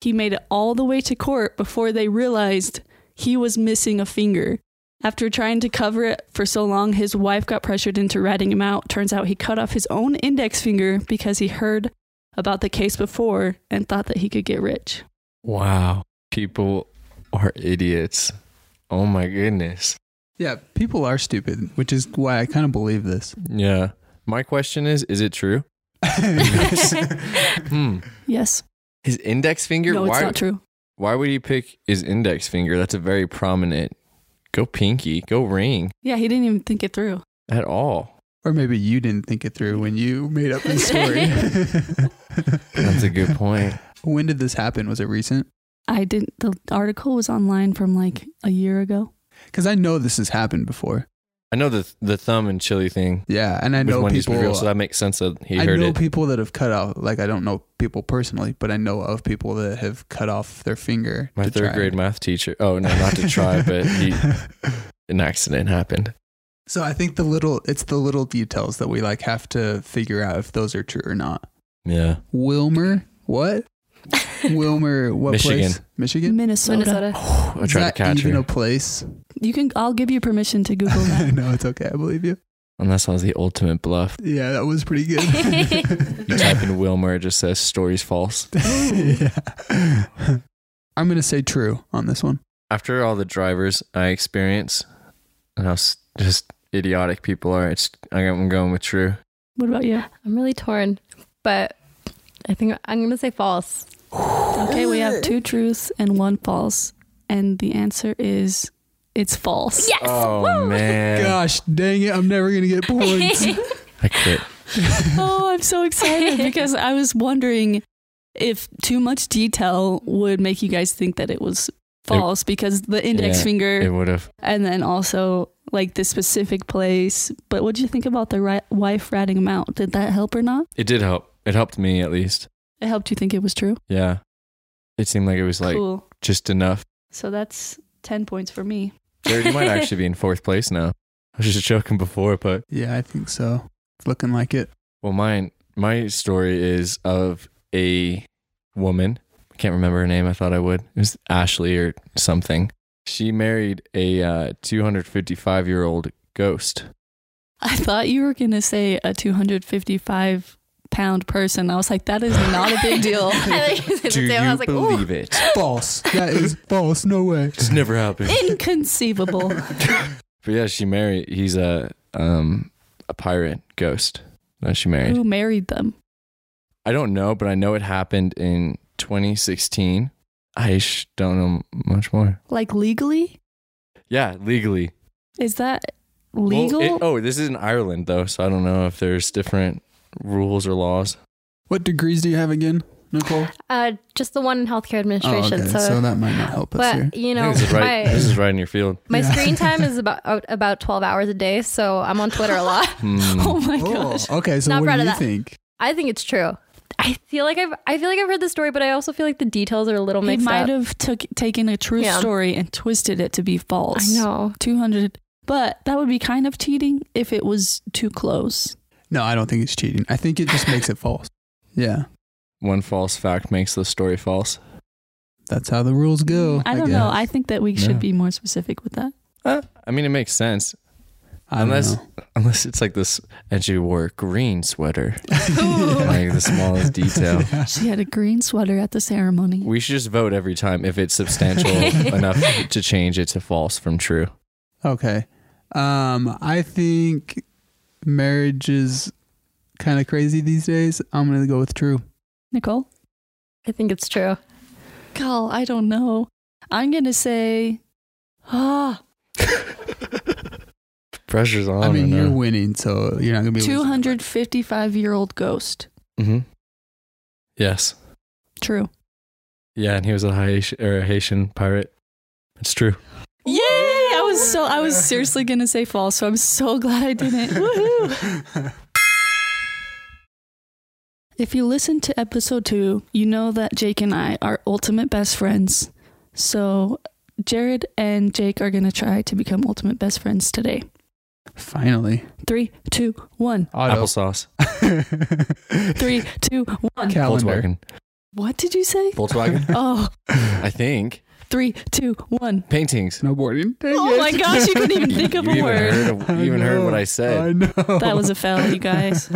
Speaker 1: He made it all the way to court before they realized he was missing a finger. After trying to cover it for so long, his wife got pressured into ratting him out. Turns out he cut off his own index finger because he heard about the case before and thought that he could get rich.
Speaker 3: Wow. People are idiots. Oh my goodness.
Speaker 2: Yeah, people are stupid, which is why I kind of believe this.
Speaker 3: Yeah. My question is is it true? Hmm.
Speaker 1: Yes.
Speaker 3: His index finger?
Speaker 1: no,
Speaker 3: why,
Speaker 1: it's not true.
Speaker 3: why would he pick his index finger? That's a very prominent. Go pinky, go ring
Speaker 1: Yeah, he didn't even think it through.
Speaker 3: at all.
Speaker 2: or maybe you didn't think it through when you made up the story.
Speaker 3: That's a good point.
Speaker 2: When did this happen? Was it recent?
Speaker 1: I didn't. The article was online from like a year ago.
Speaker 2: Because I know this has happened before.
Speaker 3: I know the the thumb and chili thing
Speaker 2: Yeah, and I
Speaker 3: with
Speaker 2: know
Speaker 3: Wendy's
Speaker 2: people.
Speaker 3: reveal, so that makes sense that he
Speaker 2: I
Speaker 3: heard
Speaker 2: know
Speaker 3: it.
Speaker 2: people that have cut off. Like I don't know people personally, but I know of people that have cut off their finger.
Speaker 3: My
Speaker 2: to
Speaker 3: third
Speaker 2: try.
Speaker 3: grade math teacher. Oh no, not to try, but he, an accident happened.
Speaker 2: so I think the little it's the little details that we like have to figure out if those are true or not.
Speaker 3: Yeah,
Speaker 2: Wilmer, what? Wilmer, what
Speaker 3: Michigan.
Speaker 2: place? Michigan.
Speaker 1: Minnesota.
Speaker 4: Minnesota.
Speaker 3: I
Speaker 2: Is
Speaker 3: tried to
Speaker 2: that
Speaker 3: catch
Speaker 2: even
Speaker 3: her,
Speaker 2: a place?
Speaker 1: You can. I'll give you permission to Google that.
Speaker 2: no, it's okay. I believe you.
Speaker 3: unless I was the ultimate bluff.
Speaker 2: Yeah, that was pretty good.
Speaker 3: You type in Wilmer, it just says stories false.
Speaker 2: yeah. I'm gonna say true on this one.
Speaker 3: After all the drivers I experience, and how s- just idiotic people are, it's I'm going with true.
Speaker 1: what about you?
Speaker 4: I'm really torn, but I think I'm going to say false.
Speaker 1: Okay, we have two truths and one false, and the answer is it's false.
Speaker 4: Yes.
Speaker 3: Oh man,
Speaker 2: Gosh, dang it! I'm never gonna get points.
Speaker 3: I quit.
Speaker 1: oh, I'm so excited because I was wondering if too much detail would make you guys think that it was false because the index
Speaker 3: Yeah,
Speaker 1: finger
Speaker 3: It would have.
Speaker 1: and then also like the specific place. But what'd you think about the ri- wife ratting him out? Did that help or not?
Speaker 3: It did help. It helped me at least.
Speaker 1: It helped you think it was true.
Speaker 3: Yeah, it seemed like it was like
Speaker 1: cool.
Speaker 3: just enough.
Speaker 1: So that's 10 points for me.
Speaker 3: Jared, you might actually be in fourth place now. I was just joking before, but
Speaker 2: yeah, I think so. It's looking like it.
Speaker 3: well, mine my story is of a woman. I can't remember her name. I thought I would. It was Ashley or something. She married a uh, 255 year old ghost.
Speaker 1: I thought you were going to say a 255 pound person. I was like, that is not a big deal.
Speaker 4: I thought you were gonna
Speaker 3: Do
Speaker 4: say
Speaker 3: you
Speaker 4: that. I was like, ooh.
Speaker 3: believe it?
Speaker 2: False. That is false. No way.
Speaker 3: It's never happened.
Speaker 1: Inconceivable.
Speaker 3: But yeah, she married. He's a um a pirate ghost that she married.
Speaker 1: Who married them?
Speaker 3: I don't know, but I know it happened in 2016. I sh- don't know m- much more.
Speaker 1: Like legally?
Speaker 3: Yeah, legally.
Speaker 1: Is that
Speaker 3: Well,
Speaker 1: legal?
Speaker 3: it- oh, this is in Ireland though, so I don't know if there's different rules or laws.
Speaker 2: What degrees do you have again, Nicole?
Speaker 4: Uh, just the one in healthcare
Speaker 2: Oh,
Speaker 4: administration.
Speaker 2: okay.
Speaker 4: So,
Speaker 2: So, that might not help us here.
Speaker 4: but you
Speaker 3: I
Speaker 4: know,
Speaker 3: think this is right.
Speaker 4: my,
Speaker 3: This is right in your field.
Speaker 4: my
Speaker 2: Yeah.
Speaker 4: screen time is about about 12 hours a day. So I'm on Twitter a lot.
Speaker 3: Hmm.
Speaker 1: Oh my
Speaker 2: Oh,
Speaker 1: gosh.
Speaker 2: okay. So
Speaker 4: Not
Speaker 2: what
Speaker 4: proud
Speaker 2: do
Speaker 4: of
Speaker 2: you
Speaker 4: that.
Speaker 2: think?
Speaker 4: I think it's true. I feel like I've I feel like I've heard the story, but I also feel like the details are a little
Speaker 1: He
Speaker 4: mixed
Speaker 1: might
Speaker 4: up.
Speaker 1: have took, taken a true
Speaker 4: Yeah.
Speaker 1: story and twisted it to be false.
Speaker 4: I know.
Speaker 1: 200. But that would be kind of cheating if it was too close.
Speaker 2: No, I don't think it's cheating. I think it just makes it false. Yeah,
Speaker 3: One false fact makes the story false.
Speaker 2: that's how the rules go.
Speaker 1: Mm, I don't know.
Speaker 2: guess.
Speaker 1: I think that we
Speaker 3: Yeah.
Speaker 1: should be more specific with that.
Speaker 3: Uh, I mean, it makes sense
Speaker 2: I don't
Speaker 3: Unless-
Speaker 2: know.
Speaker 3: unless it's like this. And she wore a green sweater, like the smallest detail.
Speaker 1: She had a green sweater at the ceremony.
Speaker 3: We should just vote every time if it's substantial enough to change it to false from true.
Speaker 2: Okay. Um, I think marriage is kind of crazy these days. I'm gonna go with true.
Speaker 1: Nicole?
Speaker 4: I think it's true.
Speaker 1: Nicole, I don't know. I'm going to say, ah,
Speaker 3: Pressure's on.
Speaker 2: I mean, you're winning, so you're not gonna be losing.
Speaker 1: 255 year old ghost.
Speaker 3: hmm Yes.
Speaker 1: True.
Speaker 3: Yeah, and he was a Haitian, or a Haitian pirate. It's true.
Speaker 1: Yay! I was so I was seriously gonna say false, so I'm so glad I didn't. Woohoo! If you listen to episode two, you know that Jake and I are ultimate best friends. So Jared and Jake are gonna try to become ultimate best friends today.
Speaker 2: Finally,
Speaker 1: Three, two, one.
Speaker 2: auto.
Speaker 3: Applesauce.
Speaker 1: Three, two, one.
Speaker 2: Calendar.
Speaker 3: Volkswagen.
Speaker 1: What did you say?
Speaker 3: Volkswagen?
Speaker 1: Oh,
Speaker 3: I think.
Speaker 1: three, two, one.
Speaker 3: Paintings.
Speaker 2: Snowboarding. Dang
Speaker 1: Oh
Speaker 2: it.
Speaker 1: my gosh, you couldn't even think of
Speaker 3: You
Speaker 1: a
Speaker 3: even,
Speaker 1: word.
Speaker 3: heard,
Speaker 2: I
Speaker 3: you even heard
Speaker 2: know.
Speaker 3: what I
Speaker 2: I
Speaker 3: said.
Speaker 2: know.
Speaker 1: That was a fail, you guys.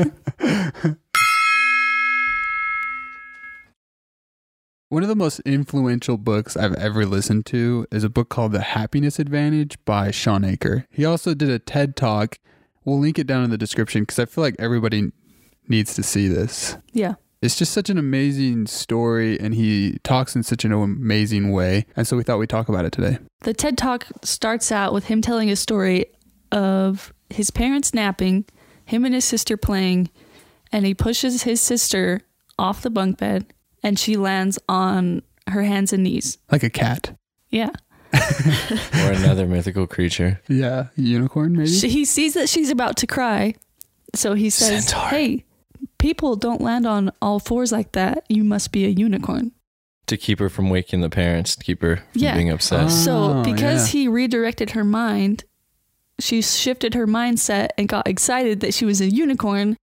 Speaker 2: One of the most influential books I've ever listened to is a book called The Happiness Advantage by Sean Aker. He also did a TED Talk. We'll link it down in the description because I feel like everybody needs to see this.
Speaker 1: Yeah.
Speaker 2: It's just such an amazing story, and he talks in such an amazing way. And so we thought we'd talk about it today.
Speaker 1: The TED Talk starts out with him telling a story of his parents napping, him and his sister playing, and he pushes his sister off the bunk bed and she lands on her hands and knees.
Speaker 2: Like a cat.
Speaker 1: Yeah.
Speaker 3: Or another mythical creature.
Speaker 2: Yeah. Unicorn, maybe?
Speaker 1: She, he sees that she's about to cry. So he says,
Speaker 3: Centaur.
Speaker 1: Hey, people don't land on all fours like that. You must be a unicorn.
Speaker 3: To keep her from waking the parents, to keep her from
Speaker 1: Yeah.
Speaker 3: being obsessed.
Speaker 1: So
Speaker 2: Oh,
Speaker 1: because
Speaker 2: yeah.
Speaker 1: he redirected her mind, she shifted her mindset and got excited that she was a unicorn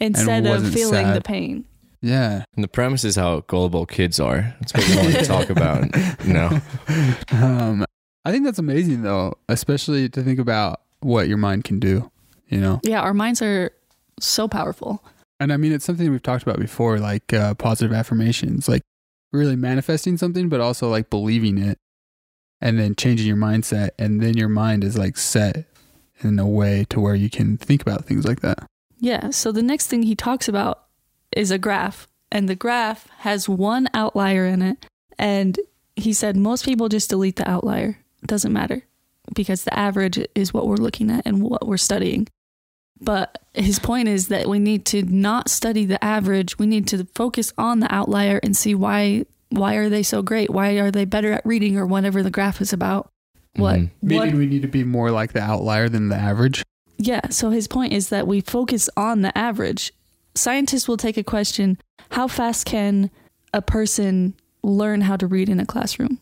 Speaker 1: instead of
Speaker 2: wasn't
Speaker 1: feeling
Speaker 2: sad.
Speaker 1: the pain.
Speaker 2: yeah.
Speaker 3: And the premise is how gullible kids are. That's what we want to talk about. No.
Speaker 2: Um, I think that's amazing, though, especially to think about what your mind can do, you know?
Speaker 1: Yeah, our minds are so powerful.
Speaker 2: And I mean, it's something we've talked about before, like uh, positive affirmations, like really manifesting something, but also like believing it and then changing your mindset. And then your mind is like set in a way to where you can think about things like that.
Speaker 1: Yeah. So the next thing he talks about is a graph, and the graph has one outlier in it. And he said most people just delete the outlier. It doesn't matter because the average is what we're looking at and what we're studying. But his point is that we need to not study the average. We need to focus on the outlier and see why why are they so great? Why are they better at reading or whatever the graph is about? What
Speaker 3: Mhm.
Speaker 1: what
Speaker 2: Meaning we need to be more like the outlier than the average.
Speaker 1: yeah, so his point is that we focus on the average. Scientists will take a question how fast can a person learn how to read in a classroom?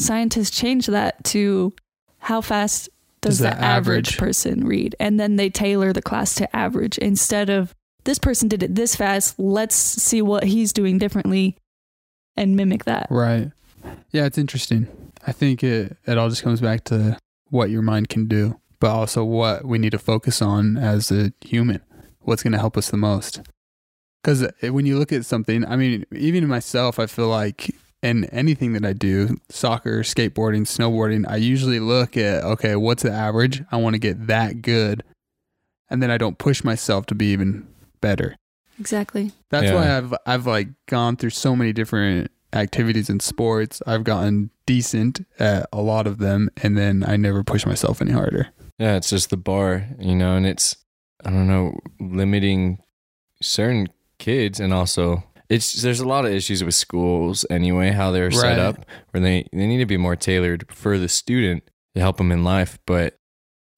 Speaker 1: Scientists change that to how fast does
Speaker 2: Does the
Speaker 1: the average,
Speaker 2: average-
Speaker 1: person read? And then they tailor the class to average instead of this person did it this fast, let's see what he's doing differently and mimic that.
Speaker 2: Right. Yeah, it's interesting. I think it, it all just comes back to what your mind can do, but also what we need to focus on as a human. What's going to help us the most? Because when you look at something, I mean, even myself, I feel like in anything that I do, soccer, skateboarding, snowboarding, I usually look at, okay, what's the average? I want to get that good. And then I don't push myself to be even better.
Speaker 1: Exactly.
Speaker 2: That's
Speaker 3: Yeah.
Speaker 2: why I've I've like gone through so many different activities and sports. I've gotten decent at a lot of them, and then I never push myself any harder.
Speaker 3: Yeah, it's just the bar, you know, and it's I don't know, limiting certain kids and also it's there's a lot of issues with schools anyway, how they're
Speaker 2: Right.
Speaker 3: set up where they they need to be more tailored for the student to help them in life, but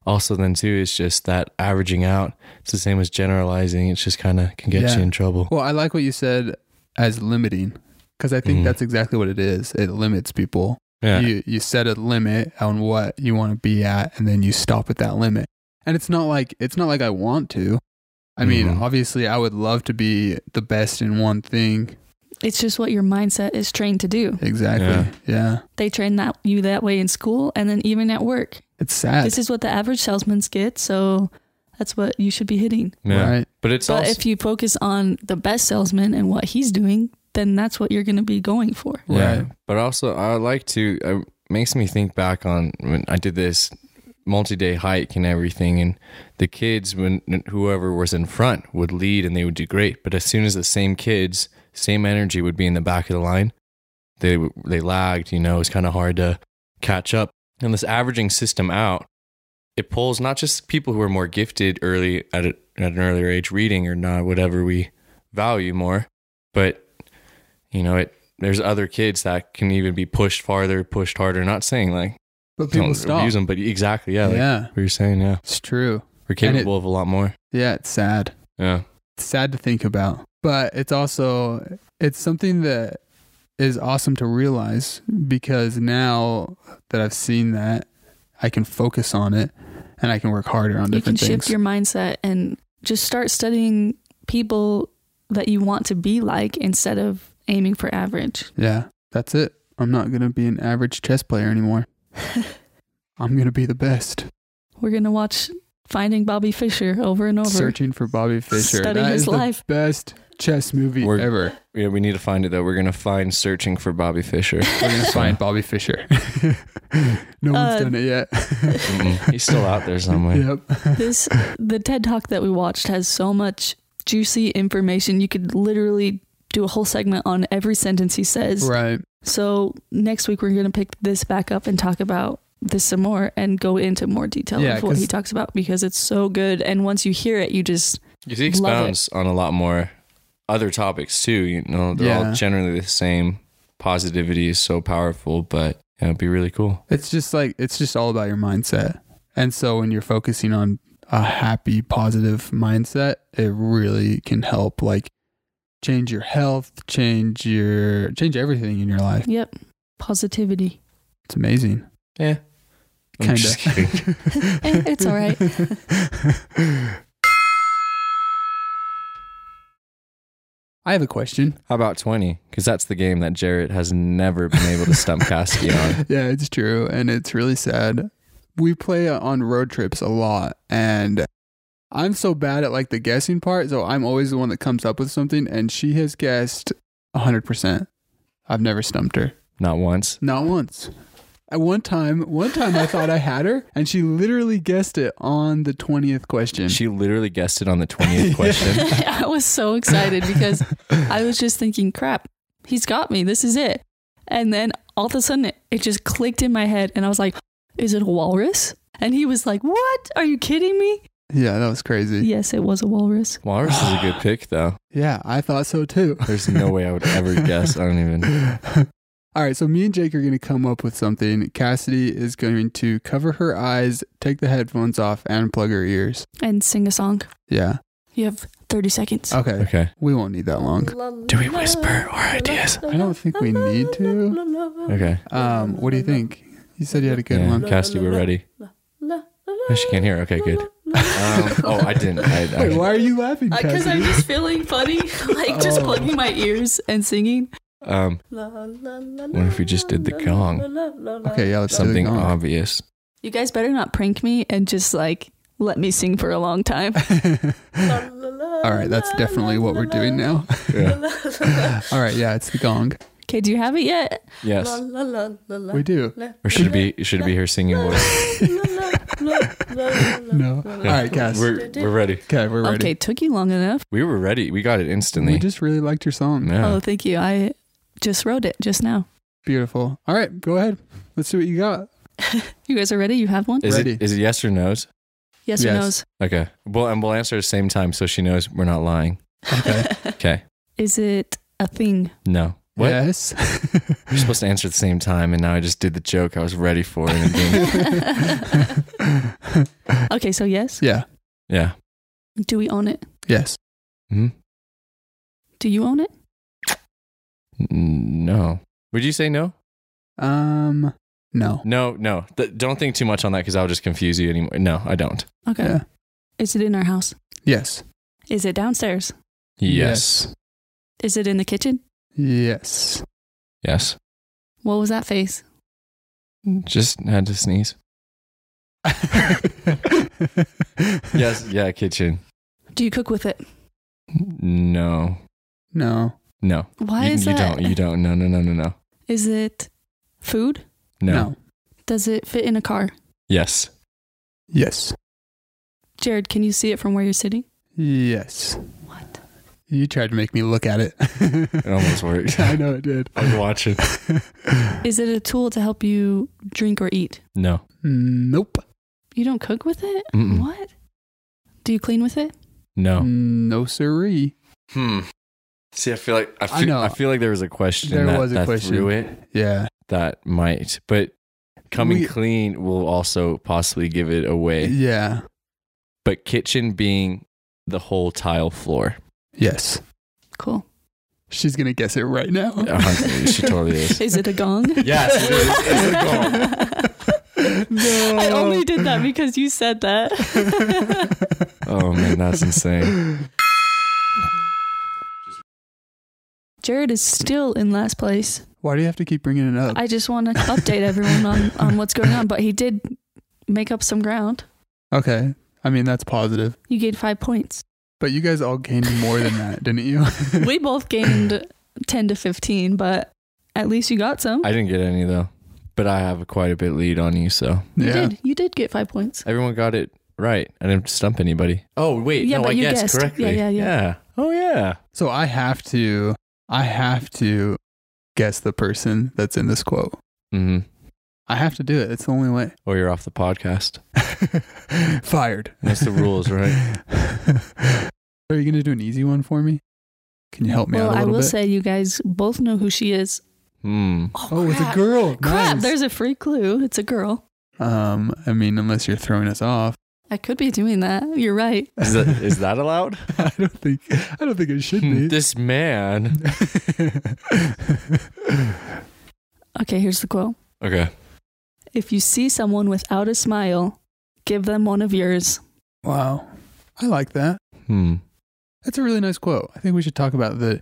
Speaker 3: also then too it's just that averaging out. It's the same as generalizing. It's just kind of can get
Speaker 2: Yeah.
Speaker 3: you in trouble.
Speaker 2: Well, I like what you said as limiting because I think
Speaker 3: Mhm.
Speaker 2: that's exactly what it is. It limits people.
Speaker 3: Yeah.
Speaker 2: You you set a limit on what you want to be at, and then you stop at that limit. And it's not like it's not like I want to. I mean,
Speaker 3: Mhm.
Speaker 2: obviously, I would love to be the best in one thing.
Speaker 1: It's just what your mindset is trained to do.
Speaker 2: Exactly.
Speaker 3: Yeah.
Speaker 2: Yeah.
Speaker 1: They train that you that way in school and then even at work.
Speaker 2: It's sad.
Speaker 1: this is what the average salesman's get, so that's what you should be hitting.
Speaker 3: yeah.
Speaker 2: Right.
Speaker 3: But it's
Speaker 1: but
Speaker 3: also
Speaker 1: if you focus on the best salesman and what he's doing, then that's what you're going to be going for.
Speaker 3: Yeah.
Speaker 2: Right.
Speaker 3: But also, I like to, it makes me think back on when I did this multi day hike and everything. And the kids, when whoever was in front would lead and they would do great. But as soon as the same kids, same energy would be in the back of the line, they, they lagged, you know, it was kind of hard to catch up. And this averaging system out, it pulls not just people who are more gifted early at, a, at an earlier age reading or not, whatever we value more, but you know, it there's other kids that can even be pushed farther, pushed harder. Not saying like
Speaker 2: But
Speaker 3: don't
Speaker 2: people stop.
Speaker 3: abuse them, but exactly, yeah, like
Speaker 2: yeah.
Speaker 3: what you're saying, yeah,
Speaker 2: It's true.
Speaker 3: we're
Speaker 2: And it-
Speaker 3: capable of a lot more.
Speaker 2: Yeah, it's sad.
Speaker 3: Yeah,
Speaker 2: It's sad to think about. But it's also it's something that is awesome to realize because now that I've seen that, I can focus on it and I can work harder on
Speaker 1: You can
Speaker 2: different
Speaker 1: shift
Speaker 2: things.
Speaker 1: your mindset and just start studying people that you want to be like instead of aiming for average.
Speaker 2: Yeah, that's it. I'm not going to be an average chess player anymore. I'm going to be the best.
Speaker 1: We're going to watch Finding Bobby Fischer over and over.
Speaker 2: Searching for Bobby Fischer.
Speaker 1: Study
Speaker 2: That
Speaker 1: his
Speaker 2: is
Speaker 1: life.
Speaker 2: the best chess movie
Speaker 3: We're-
Speaker 2: ever.
Speaker 3: Yeah, we need to find it though. We're gonna find searching for Bobby Fisher.
Speaker 2: We're going to find Bobby Fischer.
Speaker 1: Uh,
Speaker 2: no one's done it yet.
Speaker 3: Mm-mm. He's still out there somewhere.
Speaker 2: Yep.
Speaker 1: this the TED Talk that we watched has so much juicy information. You could literally do a whole segment on every sentence he says.
Speaker 2: Right.
Speaker 1: So next week we're going to pick this back up and talk about this some more and go into more detail
Speaker 2: Yeah,
Speaker 1: of what he
Speaker 2: 'cause-
Speaker 1: talks about because it's so good. And once you hear it, you just
Speaker 3: He
Speaker 1: Love it.
Speaker 3: expounds on a lot more other topics too. You know, they're
Speaker 2: Yeah.
Speaker 3: all generally the same. Positivity is so powerful, but yeah, it'd be really cool.
Speaker 2: It's just like it's just all about your mindset. And so when you're focusing on a happy, positive mindset, it really can help like change your health, change your change everything in your life.
Speaker 1: yep, positivity.
Speaker 2: It's amazing.
Speaker 3: Yeah. I'm
Speaker 2: Kinda.
Speaker 3: just kidding.
Speaker 1: Eh, it's all right.
Speaker 2: I have a question.
Speaker 3: How about 20? Because that's the game that Jarrett has never been able to stump Kasky on.
Speaker 2: Yeah, it's true, and it's really sad. We play on road trips a lot, and I'm so bad at like the guessing part, so I'm always the one that comes up with something, and she has guessed 100%. I've never stumped her.
Speaker 3: Not once.
Speaker 2: Not once. At one time, one time I thought I had her, and she literally guessed it on the 20th question.
Speaker 3: She literally guessed it on the 20th question.
Speaker 1: I was so excited because I was just thinking, crap, he's got me. This is it. And then all of a sudden, it, it just clicked in my head, and I was like, is it a walrus? And he was like, what? Are you kidding me?
Speaker 2: yeah, that was crazy.
Speaker 1: Yes, it was a walrus.
Speaker 3: Walrus is a good pick, though.
Speaker 2: Yeah, I thought so too.
Speaker 3: There's no way I would ever guess. I don't even.
Speaker 2: All right, so me and Jake are going to come up with something. Cassidy is going to cover her eyes, take the headphones off, and plug her ears.
Speaker 1: And sing a song.
Speaker 2: Yeah.
Speaker 1: You have 30 seconds.
Speaker 2: Okay.
Speaker 3: Okay.
Speaker 2: We won't need that long.
Speaker 3: Do we whisper our ideas?
Speaker 2: I don't think we need to.
Speaker 3: Okay.
Speaker 2: Um, what do you think? You said you had a good
Speaker 3: yeah,
Speaker 2: one.
Speaker 3: Cassidy, we're ready. No, she can't hear. Okay, good. Um, oh, I didn't. I, I,
Speaker 2: Wait, why are you laughing,
Speaker 1: Because Uh, I'm
Speaker 2: Cassidy? Oh.
Speaker 1: just feeling funny, like just
Speaker 3: Oh.
Speaker 1: plugging my ears and singing.
Speaker 3: um, what if we just did the gong?
Speaker 2: Okay, yeah, let's
Speaker 3: Something
Speaker 2: do the gong.
Speaker 3: obvious.
Speaker 1: You guys better not prank me and just like let me sing for a long time.
Speaker 2: All right, that's definitely what we're doing now.
Speaker 3: Yeah.
Speaker 2: All right, yeah, it's the gong.
Speaker 1: Okay, do you have it yet?
Speaker 3: Yes.
Speaker 2: We do.
Speaker 3: Or should it be should it be her singing voice?
Speaker 2: No. All right, Cass.
Speaker 3: We're we're ready.
Speaker 2: Okay, we're ready.
Speaker 1: Okay, took you long enough.
Speaker 3: We were ready. We got it
Speaker 2: We
Speaker 3: instantly.
Speaker 2: just really liked your song.
Speaker 3: Yeah.
Speaker 1: Oh, thank you. I just wrote it just now.
Speaker 2: Beautiful. All right, go ahead. Let's see what you got.
Speaker 1: You guys are ready? You have one?
Speaker 3: Is
Speaker 2: Ready.
Speaker 3: it is it yes or no's?
Speaker 1: Yes,
Speaker 2: Yes.
Speaker 1: or no's?
Speaker 3: Okay. Well, and we'll answer at the same time so she knows we're not lying.
Speaker 2: Okay.
Speaker 3: Okay.
Speaker 1: Is it a thing?
Speaker 3: No. What?
Speaker 2: Yes.
Speaker 3: We're supposed to answer at the same time, and now I just did the joke I was ready for. And it didn't.
Speaker 1: Okay, so yes.
Speaker 2: yeah.
Speaker 3: yeah.
Speaker 1: Do we own it?
Speaker 2: Yes.
Speaker 3: Hmm?
Speaker 1: Do you own it?
Speaker 3: N- No. Would you say no?
Speaker 2: Um. No.
Speaker 3: No, no. Th- don't think too much on that because I'll just confuse you anymore. No, I don't.
Speaker 1: Okay.
Speaker 2: Yeah.
Speaker 1: Is it in our house?
Speaker 2: Yes.
Speaker 1: Is it downstairs?
Speaker 3: Yes.
Speaker 1: Is it in the kitchen?
Speaker 2: Yes.
Speaker 3: Yes.
Speaker 1: What was that face?
Speaker 3: Just had to sneeze. Yes. Yeah, kitchen.
Speaker 1: Do you cook with it?
Speaker 3: No.
Speaker 2: No.
Speaker 3: No.
Speaker 1: Why
Speaker 3: you,
Speaker 1: is
Speaker 3: you
Speaker 1: that?
Speaker 3: don't. You don't. No, no, no, no, no.
Speaker 1: Is it food?
Speaker 3: No.
Speaker 1: Does it fit in a car?
Speaker 3: Yes.
Speaker 2: Yes.
Speaker 1: Jared, can you see it from where you're sitting?
Speaker 2: Yes.
Speaker 1: What?
Speaker 2: You tried to make me look at it. it
Speaker 3: almost worked.
Speaker 2: I know it did.
Speaker 3: I'm watching.
Speaker 1: Is it a tool to help you drink or eat?
Speaker 3: No.
Speaker 2: Nope.
Speaker 1: You don't cook with it?
Speaker 3: Mm-mm.
Speaker 1: What? Do you clean with it?
Speaker 3: No.
Speaker 2: No siree.
Speaker 3: Hmm. See, I feel like I
Speaker 2: I
Speaker 3: feel,
Speaker 2: know.
Speaker 3: I, feel like there was a question.
Speaker 2: There
Speaker 3: that,
Speaker 2: was a
Speaker 3: that
Speaker 2: question.
Speaker 3: Threw it.
Speaker 2: Yeah.
Speaker 3: That might, but coming
Speaker 2: We-
Speaker 3: clean will also possibly give it away.
Speaker 2: Yeah.
Speaker 3: But kitchen being the whole tile floor.
Speaker 2: Yes.
Speaker 1: Cool.
Speaker 2: She's gonna guess it right now.
Speaker 3: A hundred- she totally is.
Speaker 1: Is it a gong?
Speaker 3: Yes, it is. It's a gong.
Speaker 2: No.
Speaker 1: I only did that because you said that.
Speaker 3: Oh man, that's insane.
Speaker 1: Jared is still in last place.
Speaker 2: Why do you have to keep bringing it up?
Speaker 1: I just want to update everyone on, on what's going on, but he did make up some ground.
Speaker 2: okay. I mean, that's positive.
Speaker 1: You gained five points.
Speaker 2: But you guys all gained more than that, didn't you?
Speaker 1: We both gained 10 to 15, but at least you got some.
Speaker 3: I didn't get any though, but I have a quite a bit lead on you. So
Speaker 1: You
Speaker 2: yeah.
Speaker 1: did. You did get five points.
Speaker 3: everyone got it right. I didn't stump anybody. Oh wait,
Speaker 1: Yeah,
Speaker 3: no,
Speaker 1: but
Speaker 3: I
Speaker 1: you
Speaker 3: guessed,
Speaker 1: guessed.
Speaker 3: correctly.
Speaker 1: Yeah, yeah, yeah.
Speaker 3: Oh yeah.
Speaker 2: So I have to, I have to guess the person that's in this quote.
Speaker 3: hmm
Speaker 2: I have to do it. It's the only way.
Speaker 3: Or Oh, you're off the podcast.
Speaker 2: Fired.
Speaker 3: That's the rules, right?
Speaker 2: Are you going to do an easy one for me? Can you help me
Speaker 1: well,
Speaker 2: out a
Speaker 1: I
Speaker 2: little
Speaker 1: will
Speaker 2: bit?
Speaker 1: say you guys both know who she is.
Speaker 3: Hmm.
Speaker 1: Oh,
Speaker 2: oh, it's a
Speaker 1: crap.
Speaker 2: girl.
Speaker 1: Crap,
Speaker 2: Nice.
Speaker 1: there's a free clue. It's a girl.
Speaker 2: um, I mean, unless you're throwing us off.
Speaker 1: I could be doing that. You're right.
Speaker 3: Is that, is that allowed? Hmm.
Speaker 2: I don't think. I don't think it should be.
Speaker 3: this man.
Speaker 1: Okay, here's the quote.
Speaker 3: Okay.
Speaker 1: If you see someone without a smile, give them one of yours.
Speaker 2: wow, I like that.
Speaker 3: Hmm.
Speaker 2: That's a really nice quote. I think we should talk about the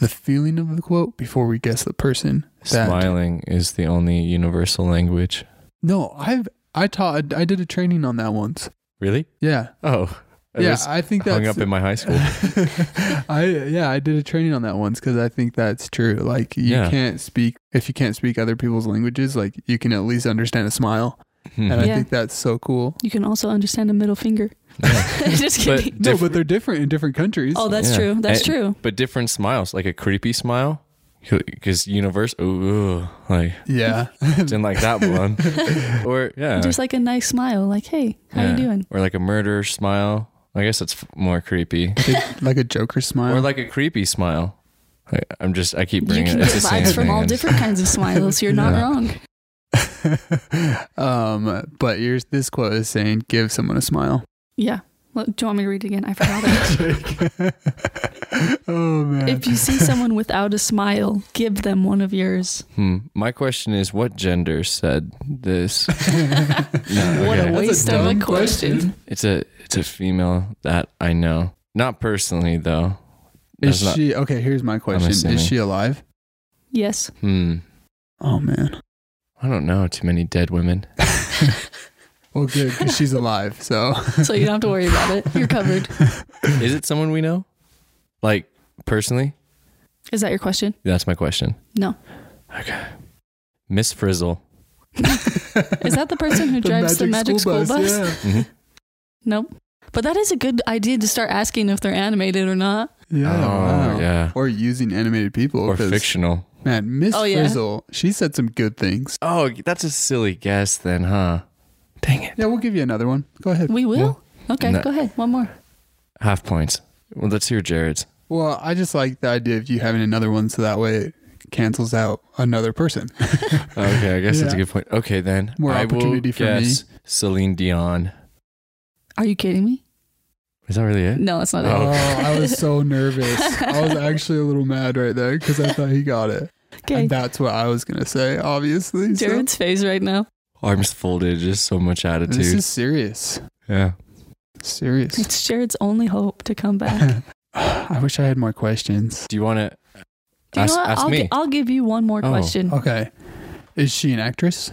Speaker 2: the feeling of the quote before we guess the person. that-
Speaker 3: Smiling is the only universal language.
Speaker 2: No, I've I taught. I did a training on that once.
Speaker 3: Really?
Speaker 2: Yeah,
Speaker 3: Oh. I
Speaker 2: yeah.
Speaker 3: was
Speaker 2: I think that's
Speaker 3: hung up in my high school.
Speaker 2: I yeah, I did a training on that once because I think that's true. Like you
Speaker 3: Yeah.
Speaker 2: can't speak if you can't speak other people's languages. Like you can at least understand a smile,
Speaker 3: Hmm.
Speaker 2: and I
Speaker 1: Yeah.
Speaker 2: think that's so cool.
Speaker 1: You can also understand a middle finger. Just
Speaker 3: But-
Speaker 1: kidding.
Speaker 2: No,
Speaker 3: Diff-
Speaker 2: but they're different in different countries.
Speaker 1: oh, that's
Speaker 3: Yeah.
Speaker 1: true. That's
Speaker 3: And-
Speaker 1: true.
Speaker 3: but different smiles, like a creepy smile, because universe, ooh, ooh, like
Speaker 2: yeah,
Speaker 3: didn't like that one, or yeah,
Speaker 1: Just like a nice smile, like, hey, how
Speaker 3: yeah.
Speaker 1: you doing?
Speaker 3: or like a murder smile. I guess that's f- more creepy,
Speaker 2: like a Joker smile.
Speaker 3: or like a creepy smile. I, I'm just, I keep
Speaker 1: You
Speaker 3: bringing
Speaker 1: can
Speaker 3: it.
Speaker 1: get
Speaker 3: It's the same
Speaker 1: vibes from
Speaker 3: thing.
Speaker 1: all
Speaker 3: It's-
Speaker 1: different kinds of smiles. You're not
Speaker 3: Yeah.
Speaker 1: wrong.
Speaker 2: um, but yours, this quote is saying, "Give someone a smile."
Speaker 1: Yeah. Well, do you want me to read it again? I forgot it.
Speaker 2: oh man!
Speaker 1: if you see someone without a smile, give them one of yours.
Speaker 3: Hmm. My question is, what gender said this? No,
Speaker 1: What
Speaker 3: okay.
Speaker 1: a waste
Speaker 2: That's a
Speaker 1: of
Speaker 2: dumb
Speaker 1: a question.
Speaker 3: It's a, it's a female that I know, not personally though.
Speaker 2: is
Speaker 3: That's not-
Speaker 2: she okay? Here's my question:
Speaker 3: assuming.
Speaker 2: Is she alive?
Speaker 1: Yes.
Speaker 3: Hmm.
Speaker 2: Oh man!
Speaker 3: I don't know too many dead women.
Speaker 2: Well, good because she's alive. So
Speaker 1: So you don't have to worry about it. You're covered.
Speaker 3: Is it someone we know? Like personally?
Speaker 1: Is that your question?
Speaker 3: That's my question.
Speaker 1: No.
Speaker 3: Okay. Miss Frizzle.
Speaker 1: Is that the person who drives the magic school bus?
Speaker 3: Mm-hmm.
Speaker 1: Nope. But that is a good idea to start asking if they're animated or not.
Speaker 2: Yeah, yeah,
Speaker 3: oh,
Speaker 2: wow.
Speaker 3: yeah.
Speaker 2: Or using animated people.
Speaker 3: Or
Speaker 2: 'cause,
Speaker 3: fictional.
Speaker 2: Man, Miss
Speaker 1: Oh, yeah.
Speaker 2: Frizzle, she said some good things.
Speaker 3: Oh, that's a silly guess then, huh? Dang it.
Speaker 2: Yeah, we'll give you another one. Go ahead.
Speaker 1: We will? Okay,
Speaker 3: No.
Speaker 1: go ahead. One more.
Speaker 3: Half points. Well, let's hear Jared's.
Speaker 2: Well, I just like the idea of you having another one, so that way it cancels out another person.
Speaker 3: Okay, I guess that's a
Speaker 2: Yeah.
Speaker 3: good point. Okay, then.
Speaker 2: More
Speaker 3: I
Speaker 2: opportunity
Speaker 3: will
Speaker 2: for me.
Speaker 3: guess Celine Dion.
Speaker 1: Are you kidding me?
Speaker 3: Is that really it?
Speaker 1: No, that's not
Speaker 2: Oh,
Speaker 3: Oh.
Speaker 2: I was so nervous. I was actually a little mad right there because I thought he got it.
Speaker 1: it. Okay.
Speaker 2: And that's what I was gonna say, obviously. so-
Speaker 1: Jared's face right now.
Speaker 3: Arms folded, just so much attitude.
Speaker 2: this is serious.
Speaker 3: yeah.
Speaker 2: Serious.
Speaker 1: It's Jared's only hope to come back.
Speaker 2: I wish I had more questions.
Speaker 3: Do you want to
Speaker 1: Do you
Speaker 3: ask,
Speaker 1: know what?
Speaker 3: ask
Speaker 1: I'll,
Speaker 3: me?
Speaker 1: gi- I'll give you one more
Speaker 3: Oh.
Speaker 1: question.
Speaker 2: Okay. Is she an actress?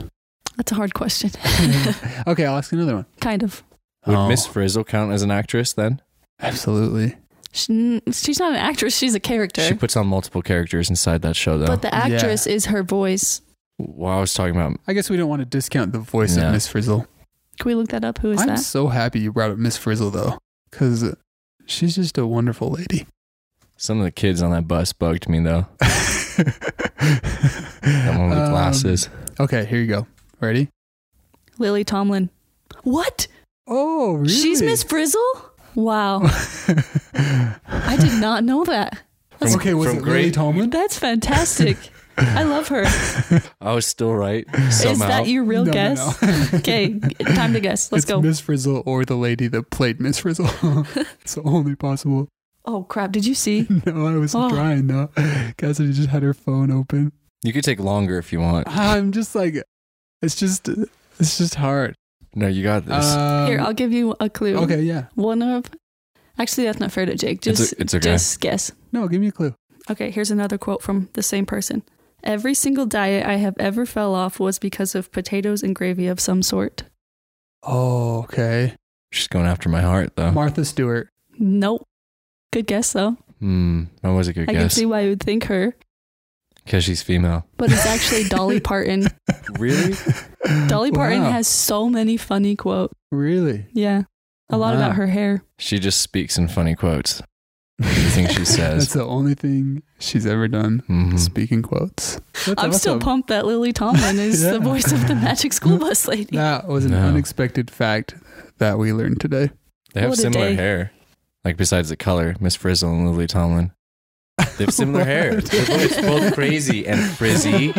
Speaker 1: That's a hard question.
Speaker 2: okay, I'll ask another one.
Speaker 1: kind of.
Speaker 3: Would
Speaker 2: Oh,
Speaker 3: Miss Frizzle count as an actress then?
Speaker 2: Absolutely.
Speaker 1: She, she's not an actress, she's a character.
Speaker 3: She oh. puts on multiple characters inside that show, though.
Speaker 1: But the
Speaker 2: Yeah.
Speaker 1: actress is her voice.
Speaker 3: Well, I was talking about
Speaker 2: I guess we don't want to discount the voice
Speaker 3: No.
Speaker 2: of Miss Frizzle.
Speaker 1: Can we look that up? Who is
Speaker 2: I'm
Speaker 1: that?
Speaker 2: so happy you brought up Miss Frizzle though, because she's just a wonderful lady.
Speaker 3: some of the kids on that bus bugged me though. That one with
Speaker 2: Um,
Speaker 3: glasses.
Speaker 2: Okay, here you go. Ready?
Speaker 1: Lily Tomlin. What?
Speaker 2: Oh, really?
Speaker 1: She's Miss Frizzle? Wow. I
Speaker 2: I
Speaker 1: did not know that. That's-
Speaker 2: okay, was
Speaker 3: from
Speaker 2: it Lily
Speaker 3: great-
Speaker 2: Tomlin?
Speaker 1: That's fantastic. I love her.
Speaker 3: I was still right
Speaker 1: Is
Speaker 3: somehow.
Speaker 1: that your real
Speaker 2: No, no,
Speaker 1: guess?
Speaker 2: no.
Speaker 1: Okay, time to guess. Let's
Speaker 2: it's
Speaker 1: go.
Speaker 2: Miss Frizzle or the lady that played Miss Frizzle. it's the only possible.
Speaker 1: oh crap! Did you see?
Speaker 2: No, I was
Speaker 1: Oh.
Speaker 2: trying though. Cassidy just had her phone open.
Speaker 3: you could take longer if you want.
Speaker 2: I'm just like, it's just, it's just hard.
Speaker 3: No, you got this.
Speaker 1: Uh,
Speaker 2: Um,
Speaker 1: Here, I'll give you a clue.
Speaker 2: okay, yeah.
Speaker 1: One of. Actually, that's not fair to Jake.
Speaker 3: It's o-
Speaker 1: Just,
Speaker 3: it's okay.
Speaker 1: just guess.
Speaker 2: No, give me a clue.
Speaker 1: Okay, here's another quote from the same person. Every single diet I have ever fell off was because of potatoes and gravy of some sort.
Speaker 2: Oh, okay.
Speaker 3: She's going after my heart though.
Speaker 2: Martha Stewart.
Speaker 1: Nope. Good guess though.
Speaker 3: Hmm, that was a good
Speaker 1: I can
Speaker 3: guess
Speaker 1: see why you would think her,
Speaker 3: because she's female.
Speaker 1: but it's actually Dolly Parton.
Speaker 3: Really?
Speaker 1: Dolly Parton
Speaker 2: Wow.
Speaker 1: has so many funny quotes.
Speaker 2: Really?
Speaker 1: Yeah. A lot
Speaker 2: Wow.
Speaker 1: about her hair.
Speaker 3: She just speaks in funny quotes. Everything she
Speaker 2: That's
Speaker 3: says.
Speaker 2: the only thing she's ever done.
Speaker 3: Mhm.
Speaker 2: Speaking quotes. That's
Speaker 1: I'm still
Speaker 2: awesome.
Speaker 1: pumped that Lily Tomlin is
Speaker 2: Yeah.
Speaker 1: the voice of the Magic School Bus lady.
Speaker 2: That was an
Speaker 3: No.
Speaker 2: unexpected fact that we learned today.
Speaker 3: They have
Speaker 1: What a
Speaker 3: similar
Speaker 1: day.
Speaker 3: hair. Like besides the color, Miss Frizzle and Lily Tomlin. They have similar hair. They're both, both crazy and frizzy.